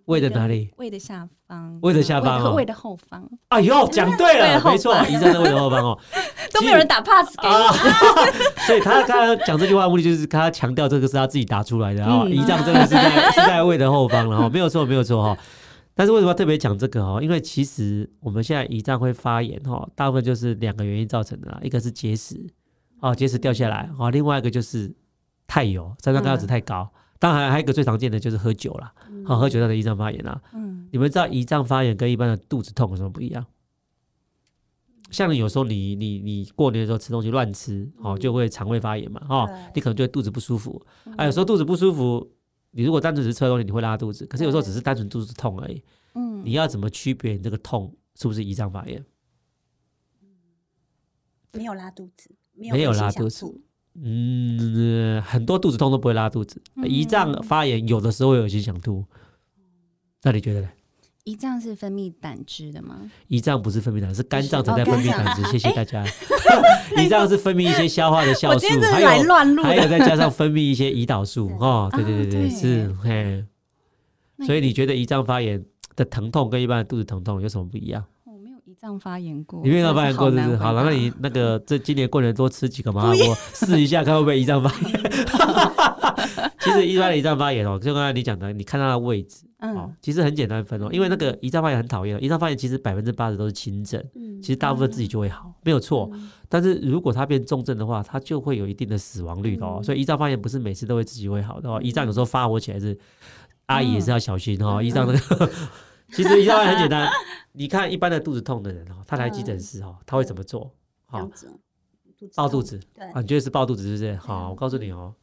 Speaker 1: 胃的哪里？
Speaker 2: 胃的下方，嗯
Speaker 1: 胃的下方哦
Speaker 2: 胃的后方
Speaker 1: 哎 呦，讲对
Speaker 2: 为了
Speaker 1: 了，
Speaker 2: 后
Speaker 1: 没错，
Speaker 2: 方，
Speaker 1: 一站在为了后方哦
Speaker 2: 都没有人打 pass 给我。
Speaker 1: 啊，所以他他讲这句话的目的就是他强调这个是他自己打出来的啊，
Speaker 2: 嗯
Speaker 1: 胰脏真的是在是在胃的后方 了哈，哦没有错没有错哈。但是为什么要特别讲这个哦哈？因为其实我们现在胰脏会发炎哈，大部分就是两个原因造成的啦，一个是结石，哦结石掉下来，哦另外一个就是太油，三
Speaker 2: 嗯
Speaker 1: 酸甘油脂太高，当然还有一个最常见的就是喝酒啦，
Speaker 3: 嗯
Speaker 1: 好、喝酒造成胰脏发炎啦。
Speaker 2: 嗯，
Speaker 1: 你们知道胰脏发炎跟一般的肚子痛有什么不一样？像你有时候你你你过年的时候吃东西乱吃，哦，
Speaker 3: 嗯
Speaker 1: 就会肠胃发炎嘛，哦
Speaker 3: 对，
Speaker 1: 你可能就会肚子不舒服。啊，有时候肚子不舒服，你如果单纯只是吃了东西，你会拉肚子，可是有时候只是单纯肚子痛而已。
Speaker 2: 嗯
Speaker 1: 你要怎么区别你这个痛是不是胰脏发炎？
Speaker 3: 没有拉肚子，没
Speaker 1: 没有
Speaker 3: 恶心
Speaker 1: 拉
Speaker 3: 想
Speaker 1: 肚子
Speaker 3: 吐
Speaker 1: 嗯，很多肚子痛都不会拉肚子，
Speaker 2: 嗯
Speaker 1: 胰脏发炎有的时候会有些想吐。那你觉得呢？
Speaker 2: 胰脏是分泌胆汁的 吗？
Speaker 1: 胰脏不是分泌胆，是肝脏才在
Speaker 2: 不
Speaker 1: 分
Speaker 2: 是哦
Speaker 1: 泌胆汁。谢谢大家。 胰脏是分泌一些消化的酵
Speaker 2: 我
Speaker 1: 素
Speaker 2: 今天真，的
Speaker 1: 还
Speaker 2: 来
Speaker 1: 有
Speaker 2: 乱录
Speaker 1: 还
Speaker 2: 的。
Speaker 1: 有再加上分泌一些胰岛 素
Speaker 3: 对
Speaker 1: 哦。对
Speaker 2: 啊
Speaker 1: 对对对，
Speaker 2: 对
Speaker 1: 是嘿。
Speaker 2: 那
Speaker 1: 所以你觉得胰脏发炎的疼痛跟一般的肚子疼痛有什么不一样？
Speaker 2: 我哦没有胰脏发炎过，
Speaker 1: 你没有
Speaker 2: 真的
Speaker 1: 发炎过，
Speaker 2: 是
Speaker 1: 是不是？
Speaker 2: 好
Speaker 1: 好
Speaker 2: 难
Speaker 1: 了，
Speaker 2: 回
Speaker 1: 那
Speaker 2: 答
Speaker 1: 你那个这今年过年多吃几个麻辣锅，试一下看会不会胰脏发炎。 其实一般的胰脏发炎哦，就刚才你讲的，你看它的位置哦
Speaker 2: 嗯，，
Speaker 1: 其实很简单分哦，因为那个胰脏发炎很讨厌哦，胰脏发炎其实百分之八十都是轻症。
Speaker 3: 嗯
Speaker 1: 其实哦大部分自己就会好，没有错。但是如果它变重症的话，它就会有一定的死亡率的哦。
Speaker 3: 嗯
Speaker 1: 所以胰脏发炎不是每次都会自己会好的哦，胰脏有时候发火起来是，阿姨也是要小心哦。胰脏那个， 其实胰脏发炎很简单，你看一般的肚子痛的人哦，他来急诊室哦，他会怎么做？
Speaker 3: 这
Speaker 1: 好
Speaker 3: 样，子哦，肚子
Speaker 1: 抱肚
Speaker 3: 痛，
Speaker 1: 子
Speaker 3: 对
Speaker 1: 啊，你觉得是抱肚子是不是？好，我告诉你哦，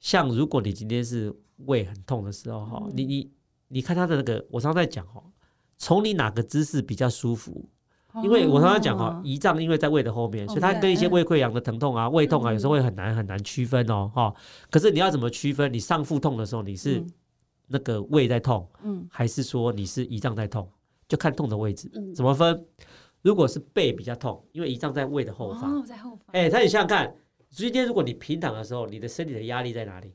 Speaker 1: 像如果你今天是胃很痛的时候哈，你你你看他的那个，我常常在讲哦，从你哪个姿势比较舒服，
Speaker 2: 哦
Speaker 1: 因为我常常讲哈，胰脏因为在胃的后面，所以它
Speaker 2: 对
Speaker 1: 跟一些胃溃疡的疼痛啊、胃痛啊，有时候会很难很难区分哦，哈。可是你要怎么区分？你上腹痛的时候，你是
Speaker 2: 嗯
Speaker 1: 那个胃在痛，
Speaker 2: 嗯
Speaker 1: 还是说你是胰脏在痛？就看痛的位置，
Speaker 3: 嗯
Speaker 1: 怎么分？如果是背比较痛，因为胰脏在胃的后方，
Speaker 2: 哦，在后方，
Speaker 1: 哎，那你想想看，今天如果你平躺的时候，你的身体的压力在哪里？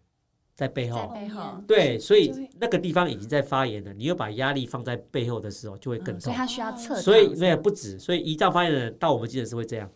Speaker 1: 在背
Speaker 2: 在
Speaker 1: 后。
Speaker 2: 背后，
Speaker 1: 对，所以
Speaker 2: 就会
Speaker 1: 那个地方已经在发炎了，你又把压力放在背后的时候，就会更
Speaker 2: 嗯所
Speaker 1: 痛
Speaker 2: 以。他需要测到，
Speaker 1: 所以没有不止，所以胰脏发炎的人到我们急诊室会这样，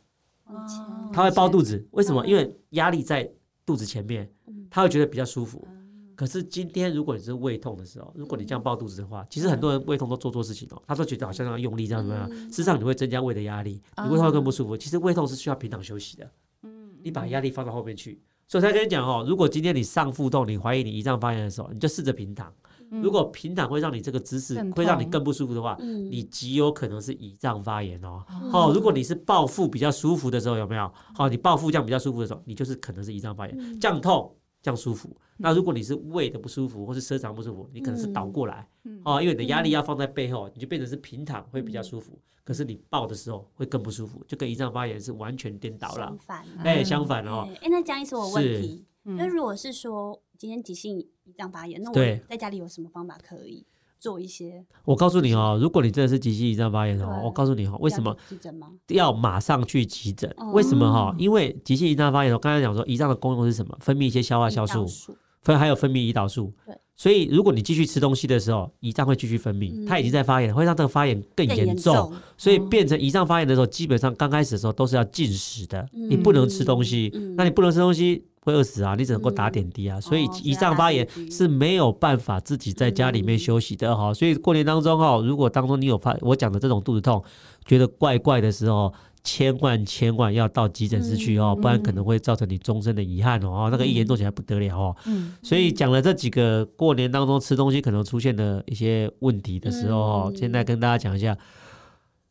Speaker 3: 往前
Speaker 2: 哦
Speaker 1: 他会抱肚
Speaker 2: 子，
Speaker 1: 子，为什么？
Speaker 3: 嗯
Speaker 1: 因为压力在肚子前面
Speaker 3: 嗯，
Speaker 1: 他会觉得比较舒服。
Speaker 2: 嗯
Speaker 1: 可是今天如果你是胃痛的时候，如果你这样抱肚子的话，其实很多人胃痛都做错事情哦，他都觉得好像要用力这样怎么样，
Speaker 3: 嗯
Speaker 1: 事实上你会增加胃的压力，你胃痛会更不
Speaker 2: 哦
Speaker 1: 舒服。其实胃痛是需要平躺休息的，
Speaker 2: 嗯
Speaker 1: 你把压力放到后面去。所以我才跟你讲哦，如果今天你上腹痛，你怀疑你胰脏发炎的时候，你就试着平躺。
Speaker 2: 嗯
Speaker 1: 如果平躺会让你这个姿势
Speaker 2: 更
Speaker 1: 会让你
Speaker 2: 痛
Speaker 1: 更不舒服的话，
Speaker 3: 嗯
Speaker 1: 你极有可能是胰脏发炎哦。
Speaker 2: 嗯
Speaker 3: 哦
Speaker 1: 哦，如果你是抱腹比较舒服的时候，有没有？哦，你抱腹这样比较舒服的时候，你就是可能是胰脏发
Speaker 3: 嗯
Speaker 1: 炎，这样痛，这样舒服。那如果你是胃的不舒服，或是舌肠不舒服，你可能是倒过来，
Speaker 2: 嗯
Speaker 1: 哦，因为你的压力要放在背后，你就变成是平躺会比较舒服，可是你抱的时候会更不舒服，就跟胰脏发炎是完全颠倒了
Speaker 3: 相。反啊
Speaker 1: 哎，相反哦，
Speaker 3: 对哎，那江医师，我有问
Speaker 1: 是
Speaker 3: 题，
Speaker 2: 嗯
Speaker 3: 那如果是说，今天急性胰脏发炎，那我
Speaker 1: 对
Speaker 3: 在家里有什么方法可以做一些？
Speaker 1: 我告诉你哦，如果你真的是急性胰脏发炎哦，
Speaker 3: 对
Speaker 1: 我告诉你哦，为什么？
Speaker 3: 急诊吗？
Speaker 1: 要马上去急诊？
Speaker 3: 哦
Speaker 1: 为什么哈？因为急性胰脏发炎，我哦刚才讲说，胰脏的功用是什么？分泌一些消化酵
Speaker 3: 胰岛
Speaker 1: 素，分还有分泌胰岛素
Speaker 3: 对。
Speaker 1: 所以如果你继续吃东西的时候，胰脏会继续分泌，
Speaker 3: 嗯
Speaker 1: 它已经在发炎，会让这个发炎更
Speaker 3: 更
Speaker 1: 严
Speaker 3: 严
Speaker 1: 重。
Speaker 3: 重，
Speaker 1: 所以变成胰脏发炎的时候，基本上刚开始的时候都是要进食的，你不能吃东西。
Speaker 3: 嗯
Speaker 1: 那你不能吃东西会饿死啊，你只能够打点滴啊。所以
Speaker 3: 哦
Speaker 1: 胰脏发炎是没有办法自己在家里面休息的哈、所以过年当中哦，如果当中你有发我讲的这种肚子痛，觉得怪怪的时候。千万千万要到急诊室去哦，
Speaker 2: 嗯
Speaker 1: 不然可能会造成你终身的遗憾哦哦。那个一严重起来不得了哦。
Speaker 4: 嗯，
Speaker 1: 所以讲了这几个过年当中吃东西可能出现的一些问题的时候哦，
Speaker 3: 嗯
Speaker 1: 现在跟大家讲一下。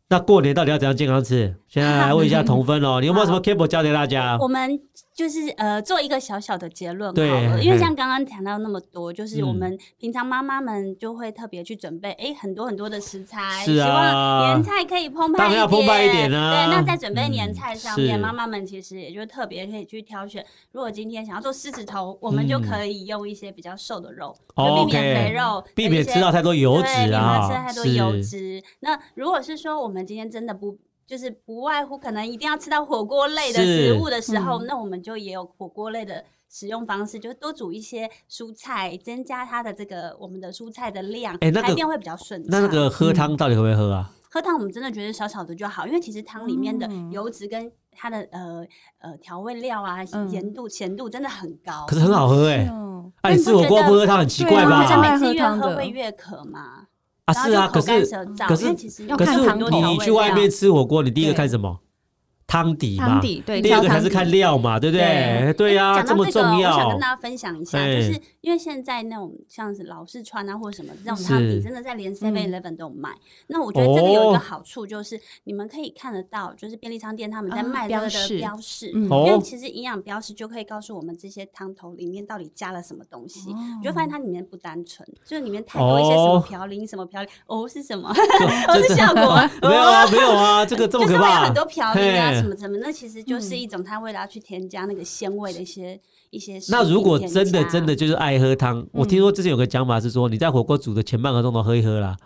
Speaker 1: 那过年到底要怎样健康吃？现在来问一下童芬哦，你有没有什么 k e p 教给大家？
Speaker 3: 我们就是呃做一个小小的结论
Speaker 1: 对
Speaker 3: 好了，因为
Speaker 1: 嘿
Speaker 3: 像刚刚谈到那么多，就是我
Speaker 1: 嗯
Speaker 3: 们平常妈妈们就会特别去准备，哎、很多很多的食材，
Speaker 1: 是
Speaker 3: 希望
Speaker 1: 啊
Speaker 3: 年菜可以澎
Speaker 1: 当
Speaker 3: 湃一
Speaker 1: 然要
Speaker 3: 点，
Speaker 1: 澎湃一点啊
Speaker 3: 对，那在准备年
Speaker 1: 嗯
Speaker 3: 菜上
Speaker 1: 是
Speaker 3: 面，妈妈们其实也就特别可以去挑选，如果今天想要做狮子头，我们就
Speaker 1: 嗯
Speaker 3: 可以用一些比较瘦的肉，
Speaker 1: 哦
Speaker 3: 就避
Speaker 1: OK，
Speaker 3: 免肥肉，
Speaker 1: 避免吃到太多油
Speaker 3: 对，
Speaker 1: 脂
Speaker 3: 你
Speaker 1: 啊，
Speaker 3: 不要吃太多油脂。那如果是说我们今天真的不。就是不外乎可能一定要吃到火锅类的
Speaker 1: 是
Speaker 3: 食物的时候，
Speaker 2: 嗯
Speaker 3: 那我们就也有火锅类的使用方式，就多煮一些蔬菜，增加它的这个我们的蔬菜的量，
Speaker 1: 哎那个
Speaker 3: 排便会比较顺畅。
Speaker 1: 那那个喝汤到底会不会喝啊？
Speaker 3: 喝汤我们真的觉得少少的就好，因为其实汤里面的
Speaker 4: 嗯
Speaker 3: 油脂跟它的呃呃调味料啊、
Speaker 4: 嗯
Speaker 3: 盐度、咸度真的很高。
Speaker 1: 可是很好喝哎、欸，
Speaker 4: 哦，
Speaker 1: 哎、你吃火锅不喝汤很奇怪
Speaker 4: 对啊
Speaker 1: 吧
Speaker 3: 好？像
Speaker 4: 爱
Speaker 3: 每
Speaker 4: 喝
Speaker 3: 次越
Speaker 4: 汤
Speaker 3: 喝
Speaker 4: 的
Speaker 3: 会越渴嘛。
Speaker 1: 啊
Speaker 3: 然后
Speaker 1: 是啊，
Speaker 3: 就
Speaker 1: 可
Speaker 3: 口干
Speaker 1: 是
Speaker 3: 舌燥
Speaker 1: 可是
Speaker 3: 因为其实
Speaker 2: 要
Speaker 1: 可
Speaker 2: 看
Speaker 1: 是
Speaker 2: 汤
Speaker 3: 多
Speaker 2: 头
Speaker 1: 你
Speaker 3: 调
Speaker 1: 你
Speaker 3: 味
Speaker 1: 去外
Speaker 3: 料
Speaker 1: 面吃火锅，你第一个
Speaker 4: 对
Speaker 1: 看什么？汤底嘛，
Speaker 2: 汤底对，
Speaker 1: 第二个
Speaker 2: 挑
Speaker 1: 还
Speaker 2: 汤
Speaker 1: 是
Speaker 2: 底
Speaker 1: 看料嘛，对不对？对呀、
Speaker 3: 哎讲到
Speaker 1: 么
Speaker 3: 这个，
Speaker 1: 重
Speaker 3: 我想
Speaker 1: 要
Speaker 3: 跟。大家分享一下，
Speaker 1: 哎
Speaker 3: 就是因为现在那种像是老式川啊或者什么这种
Speaker 1: 是
Speaker 3: 汤底，真的在连 Seven
Speaker 4: 嗯
Speaker 3: Eleven 都有卖。那我觉得这个有一
Speaker 1: 哦
Speaker 3: 个好处就是，你们可以看得到，就是便利商店他们在
Speaker 2: 啊
Speaker 3: 卖这
Speaker 2: 标
Speaker 3: 个
Speaker 2: 示
Speaker 3: 的标示，
Speaker 4: 嗯
Speaker 3: 因为
Speaker 1: 哦，
Speaker 3: 其实营养标识就可以告诉我们这些汤头里面到底加了什么东西，你就发现它里面不单纯，就是里面太多一些什么
Speaker 1: 哦
Speaker 3: 嘌呤、什么嘌呤，哦是什么，
Speaker 1: 就
Speaker 3: 哦是效果，
Speaker 1: 没有啊，没有啊，这个这么
Speaker 3: 就是
Speaker 1: 可
Speaker 3: 会有
Speaker 1: 怕
Speaker 3: 很。多嘌呤啊
Speaker 1: 嘿
Speaker 3: 什么什么，那其实就是
Speaker 4: 嗯
Speaker 3: 一种它为了要去添加那个鲜味的一些一些食品添加。
Speaker 1: 那如果真的真的就是爱喝汤，我听说之前有个讲法是说，你在火锅煮的前半个钟头喝一喝啦，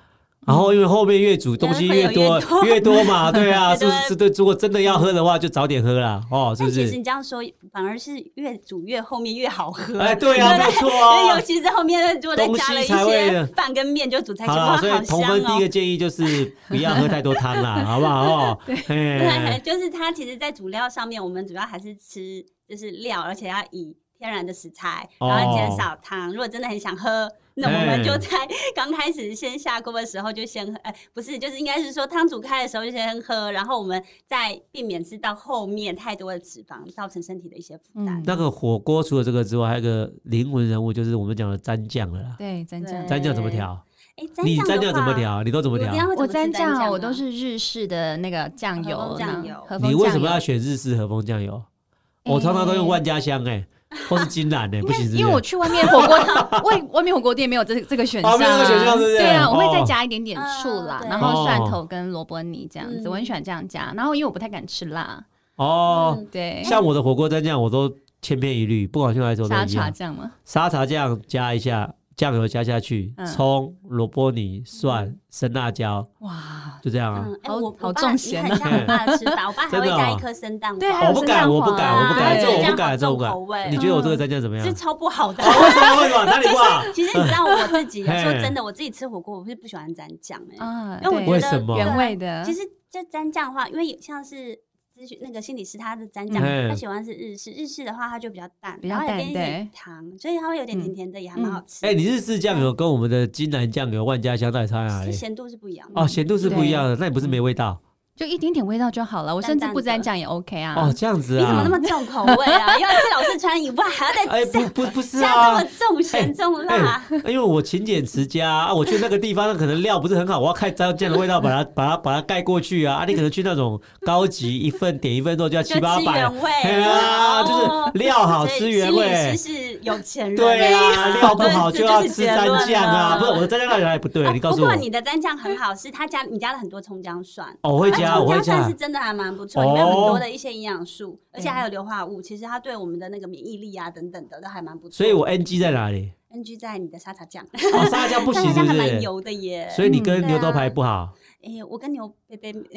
Speaker 1: 然后因为后面越煮东西越多
Speaker 3: 对会有
Speaker 1: 越多嘛，对啊，是
Speaker 3: 对
Speaker 1: 不是？对，如果真的要喝的话，就早点喝啦，哦，是
Speaker 3: 但
Speaker 1: 不
Speaker 3: 其实
Speaker 1: 是？
Speaker 3: 你这样说，反而是越煮越后面越好喝。
Speaker 1: 哎，对啊，没有错
Speaker 3: 因为
Speaker 1: 啊
Speaker 3: 尤。其是后面如果再
Speaker 1: 东西
Speaker 3: 加了一
Speaker 1: 才会
Speaker 3: 些饭跟面，就煮菜就
Speaker 1: 好
Speaker 3: 哇，
Speaker 1: 啦，
Speaker 3: 好
Speaker 1: 所以
Speaker 3: 香
Speaker 1: 同分第一
Speaker 3: 哦
Speaker 1: 个。建议就是不要喝太多汤啦，好不好？哦，
Speaker 3: 对，
Speaker 1: 对，
Speaker 3: 就是它其实，在主料上面，我们主要还是吃就是料，而且要以天然的食材，
Speaker 1: 哦
Speaker 3: 然后减少糖。如果真的很想喝。那我
Speaker 1: 哎
Speaker 3: 们就在 刚开始先下锅的时候就先喝，哎、不是，就是应该是说汤煮开的时候就先喝，然后我们再避免吃到后面太多的脂肪，造成身体的一些负担。
Speaker 4: 嗯
Speaker 1: 那个火锅除了这个之外，还有一个灵魂人物，就是我们讲的蘸酱了啦。
Speaker 4: 对，蘸酱
Speaker 3: 对
Speaker 1: 蘸酱怎么调？
Speaker 3: 哎、
Speaker 1: 你
Speaker 3: 蘸
Speaker 1: 蘸酱
Speaker 3: 的
Speaker 1: 怎么
Speaker 3: 话，
Speaker 1: 调？你都怎么调？
Speaker 3: 我
Speaker 4: 我
Speaker 3: 蘸
Speaker 4: 蘸酱啊
Speaker 3: 酱
Speaker 4: 我都是日式的那个酱
Speaker 3: 和
Speaker 4: 油
Speaker 3: 风酱
Speaker 4: 呢
Speaker 3: 油
Speaker 4: 和风
Speaker 1: 你为
Speaker 4: 酱
Speaker 1: 什么
Speaker 4: 油
Speaker 1: 要选日式和风酱油？我常常都用万家香哎，或是金 兰哎，
Speaker 4: 因
Speaker 1: 不
Speaker 4: 为
Speaker 1: 行，
Speaker 4: 因为我去外面火锅，外外面火锅店没有 这这个选项、
Speaker 1: 哦
Speaker 4: 啊，
Speaker 1: 没有这个选项是不是
Speaker 4: 对啊，我会再
Speaker 1: 哦
Speaker 4: 加一点点醋啦，
Speaker 3: 嗯
Speaker 4: 然
Speaker 1: 对
Speaker 4: 后蒜头跟萝卜泥这样子，
Speaker 3: 嗯
Speaker 4: 我很喜欢这样加。然后因为我不太敢吃辣，
Speaker 1: 哦，
Speaker 3: 嗯
Speaker 4: 对，
Speaker 1: 像我的火锅蘸酱我都千篇一律，不管去哪里做都
Speaker 4: 沙
Speaker 1: 一
Speaker 4: 茶
Speaker 1: 样。
Speaker 4: 酱嘛，
Speaker 1: 沙茶酱加一下，酱油加下去，
Speaker 4: 嗯
Speaker 1: 葱、萝卜泥、蒜、生辣椒，
Speaker 4: 哇，
Speaker 1: 就这样啊
Speaker 3: 嗯。，哎、
Speaker 4: 好
Speaker 3: 我
Speaker 4: 好
Speaker 3: 我爸
Speaker 4: 重
Speaker 3: 你
Speaker 4: 咸
Speaker 3: 很
Speaker 4: 啊
Speaker 3: 像我爸的吃法，我爸还
Speaker 1: 真
Speaker 3: 会
Speaker 1: 的
Speaker 3: 加
Speaker 1: 哦
Speaker 3: 一颗生蛋黄，
Speaker 4: 对嗯还
Speaker 1: 我
Speaker 4: 有
Speaker 1: 不
Speaker 4: 生
Speaker 1: 敢，
Speaker 4: 姜
Speaker 1: 我不敢，我不敢，
Speaker 4: 黄啊
Speaker 1: 这我不
Speaker 3: 对
Speaker 1: 敢，这我不
Speaker 3: 这样
Speaker 1: 敢
Speaker 3: 好重口。味
Speaker 1: 你觉得我这个蘸酱怎么
Speaker 4: 嗯
Speaker 1: 样
Speaker 3: 是？超不好的。
Speaker 1: 哦 为什么？为什么？哪里不好？
Speaker 3: 其实你知道我自己啊
Speaker 1: 嘿
Speaker 3: 说真的，我自己吃火锅我是不喜欢沾酱哎，
Speaker 4: 啊，
Speaker 3: 因为
Speaker 4: 对
Speaker 3: 我
Speaker 1: 为
Speaker 3: 觉
Speaker 1: 什
Speaker 3: 得
Speaker 1: 么
Speaker 4: 原味的，
Speaker 3: 其实就沾酱的话，因为像是咨询那个心理师他的沾酱，
Speaker 1: 嗯
Speaker 3: 他喜欢是日式，日式的话它就比较淡，
Speaker 4: 比较淡
Speaker 3: 然后也跟一
Speaker 4: 对嗯
Speaker 3: 点糖，所以它会有点甜甜的，也还蛮好吃。
Speaker 1: 哎，你日式酱油跟我们的金兰酱油、万家香到底差在哪
Speaker 3: 是
Speaker 1: 里？
Speaker 3: 咸度是不一样的。
Speaker 1: 哎哦，咸度是不一样的，那也不是没味道
Speaker 4: 就一点点味道就好了，我甚至不
Speaker 3: 淡淡
Speaker 4: 沾
Speaker 3: 的
Speaker 4: 酱也 OK 啊。
Speaker 1: 哦，这样子
Speaker 3: 你怎么
Speaker 1: 啊
Speaker 3: 那？么重口味 啊？要吃老四川以外，还要再
Speaker 1: 哎，不不不是
Speaker 3: 加
Speaker 1: 啊哎
Speaker 3: 这么，重咸重辣，
Speaker 1: 因为我勤俭持家啊，我去那个地方，那可能料不是很好，我要看沾酱的味道，把它把它把它盖过去啊。啊，你可能去那种高级，一份点一份肉就要
Speaker 3: 就
Speaker 1: 七八
Speaker 3: 吃
Speaker 1: 百，
Speaker 3: 原味
Speaker 1: 哎呀，就是
Speaker 3: 哦
Speaker 1: 料好
Speaker 3: 所以
Speaker 1: 吃原
Speaker 3: 心理
Speaker 1: 味
Speaker 3: 师。是有钱人。
Speaker 1: 对啊，料不
Speaker 3: 对
Speaker 1: 好
Speaker 3: 这
Speaker 1: 就
Speaker 3: 就
Speaker 1: 要
Speaker 3: 是
Speaker 1: 吃
Speaker 3: 结
Speaker 1: 蘸
Speaker 3: 论
Speaker 1: 酱啊！
Speaker 3: 了
Speaker 1: 不是我的蘸酱到底哪里不对？
Speaker 3: 哦
Speaker 1: 你告
Speaker 3: 不
Speaker 1: 诉我
Speaker 3: 过，你的蘸酱很好，是它加你加了很多葱姜蒜。
Speaker 1: 哦，我会加，我
Speaker 3: 葱
Speaker 1: 会
Speaker 3: 姜蒜
Speaker 1: 加
Speaker 3: 啊是。真的还蛮不错，里面有很
Speaker 1: 哦
Speaker 3: 多的一些营养素，而且还有硫化物，其实它对我们的那个免疫力啊等等的都还蛮不错。
Speaker 1: 所以我 NG 在哪 里？
Speaker 3: NG 在你的沙茶酱，
Speaker 1: 哦，沙拉酱不
Speaker 3: 沙
Speaker 1: 行，
Speaker 3: 茶
Speaker 1: 是
Speaker 3: 酱
Speaker 1: 不
Speaker 3: 还蛮
Speaker 1: 是？
Speaker 3: 油的耶。
Speaker 1: 所以你
Speaker 3: 嗯
Speaker 1: 跟
Speaker 3: 对
Speaker 1: 牛头牌
Speaker 3: 啊
Speaker 1: 不好。
Speaker 3: 哎，我跟牛贝 贝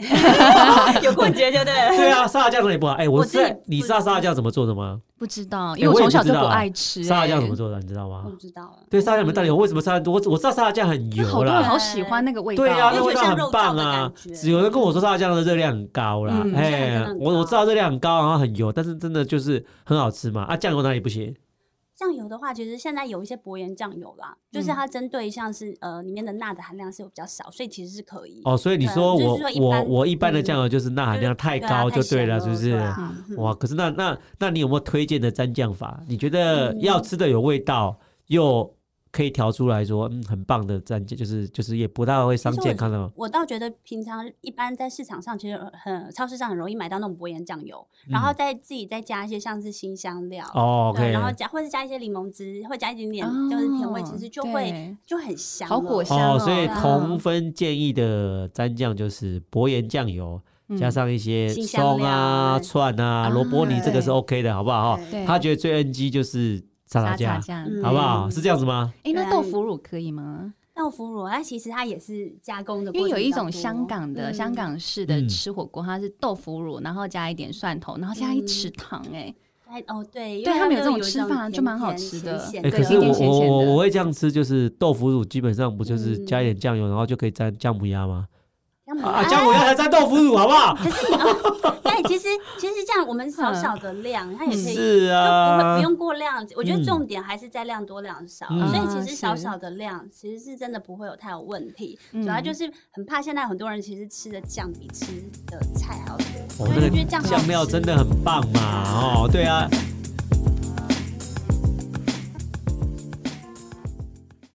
Speaker 3: 有过节，对不对？
Speaker 1: 对啊，沙拉酱哪里不好？哎，我
Speaker 3: 我
Speaker 1: 是
Speaker 3: 自己
Speaker 1: 在你
Speaker 3: 不
Speaker 1: 知道沙拉酱怎么做的吗？
Speaker 4: 不知道，
Speaker 1: 哎
Speaker 4: 因为
Speaker 1: 我
Speaker 4: 我
Speaker 1: 也
Speaker 4: 从小
Speaker 1: 不
Speaker 4: 就
Speaker 1: 知道
Speaker 4: 不
Speaker 1: 啊
Speaker 4: 爱吃、
Speaker 1: 沙拉酱
Speaker 4: 哎
Speaker 1: 怎么？做的，你知道
Speaker 3: 我
Speaker 1: 吗
Speaker 3: 不？知道啊。
Speaker 1: 对，沙拉酱没道理。我为什么沙拉？我我知道沙拉酱很
Speaker 4: 就好
Speaker 1: 油
Speaker 4: 多人
Speaker 1: 啦。
Speaker 4: 好喜欢那个味道，
Speaker 1: 对啊，
Speaker 3: 因
Speaker 1: 那
Speaker 3: 为
Speaker 1: 味
Speaker 3: 就
Speaker 1: 道
Speaker 3: 像
Speaker 1: 很
Speaker 3: 肉
Speaker 1: 棒
Speaker 3: 燥的
Speaker 1: 啊
Speaker 3: 感！觉
Speaker 1: 只有人跟我说沙拉酱的热量很高啦，
Speaker 4: 嗯
Speaker 3: 真
Speaker 1: 哎
Speaker 3: 的，很
Speaker 1: 我我
Speaker 3: 高
Speaker 1: 知道热量很高，然后很油，但是真的就是很好吃嘛。啊，酱油哪里不行？
Speaker 3: 酱油的话，其实现在有一些薄盐酱油啦，就是
Speaker 4: 嗯
Speaker 3: 它针对像是呃里面的钠的含量是有比较少，所以其实是可以。
Speaker 1: 哦，所以你
Speaker 3: 对啊
Speaker 1: 说
Speaker 3: 就是
Speaker 1: 我
Speaker 3: 说一
Speaker 1: 我
Speaker 3: 般
Speaker 1: 我一般的
Speaker 3: 嗯
Speaker 1: 酱油就是钠含量太
Speaker 3: 对啊
Speaker 1: 高就对了，是
Speaker 3: 咸
Speaker 1: 不是
Speaker 3: 对？啊嗯
Speaker 1: 哇，可是那那那你有没有推荐的蘸酱法？你觉得
Speaker 3: 嗯
Speaker 1: 要吃的有味道，又可以调出来说，嗯，很棒的蘸酱，就是就是也不大会伤
Speaker 3: 其实我
Speaker 1: 健康的嘛。
Speaker 3: 我倒觉得平常一般在市场上，其实很超市上很容易买到那种薄盐酱油，然后再自己再加一些像是新香料，
Speaker 1: 嗯哦
Speaker 3: 对，
Speaker 1: ，OK，
Speaker 3: 然后加或者加一些柠檬汁，会加一点点
Speaker 4: 哦
Speaker 3: 就是甜味，其实就会
Speaker 4: 对
Speaker 3: 就很香了，
Speaker 4: 好果香
Speaker 1: 哦，
Speaker 4: 哦
Speaker 1: 所以
Speaker 3: 啊
Speaker 1: 同分建议的蘸酱就是薄盐酱油，
Speaker 2: 嗯
Speaker 1: 加上一些
Speaker 3: 新香
Speaker 1: 葱啊、
Speaker 3: 料
Speaker 1: 蒜啊、
Speaker 4: 啊
Speaker 1: 萝卜泥，这个是
Speaker 4: 对
Speaker 1: OK 的，好不好？哈
Speaker 3: 对
Speaker 4: 对，
Speaker 1: 他觉得最 NG 就是沙拉
Speaker 4: 沙茶
Speaker 1: 酱，
Speaker 4: 酱，
Speaker 3: 嗯
Speaker 1: 好不好？是这样子吗？
Speaker 4: 哎，
Speaker 3: 对
Speaker 4: 那
Speaker 3: 啊
Speaker 4: 豆腐乳可以吗？
Speaker 3: 豆腐乳，它啊其实它也是加工的过程
Speaker 4: 因
Speaker 3: 比较多，
Speaker 4: 为有一种香港的、
Speaker 3: 嗯
Speaker 4: 香港式的吃火锅，它是豆腐乳，然后加一点蒜头，然后加一
Speaker 3: 嗯
Speaker 4: 匙糖、哎、
Speaker 3: 哎哦对，因
Speaker 4: 对
Speaker 3: 为
Speaker 4: 他们有
Speaker 3: 就
Speaker 4: 这种
Speaker 3: 有
Speaker 4: 吃
Speaker 3: 一
Speaker 4: 法就
Speaker 3: 甜
Speaker 4: 蛮好
Speaker 3: 甜
Speaker 4: 吃
Speaker 3: 咸
Speaker 4: 的
Speaker 3: 咸
Speaker 1: 哎、
Speaker 4: 对
Speaker 1: 可是
Speaker 4: 有一点
Speaker 1: 我
Speaker 4: 咸
Speaker 1: 我
Speaker 4: 咸
Speaker 1: 我
Speaker 4: 的
Speaker 1: 我会这样吃，就是豆腐乳基本上不就是
Speaker 3: 嗯
Speaker 1: 加一点酱油，然后就可以蘸姜母鸭吗？
Speaker 3: 香米
Speaker 1: 啊，姜母鸭还蘸豆腐乳，好不好？
Speaker 3: 可是你 啊，但其实其实这样，我们少少的量，它也可以
Speaker 1: 是
Speaker 3: 就不会
Speaker 1: 啊
Speaker 3: 不，用过量。我觉
Speaker 1: 嗯
Speaker 3: 得重点还是在量多量少，
Speaker 1: 嗯
Speaker 3: 所以其实
Speaker 4: 啊
Speaker 3: 少
Speaker 4: 是
Speaker 3: 少的量其实是真的不会有太有问题。
Speaker 4: 嗯
Speaker 3: 主要就是很怕现在很多人其实吃的酱比吃的菜还要多，
Speaker 1: 我
Speaker 3: 所
Speaker 1: 哦那
Speaker 3: 以
Speaker 1: 个
Speaker 3: 我觉得酱好
Speaker 1: 酱料
Speaker 3: 吃
Speaker 1: 真的很棒嘛，哦，对啊，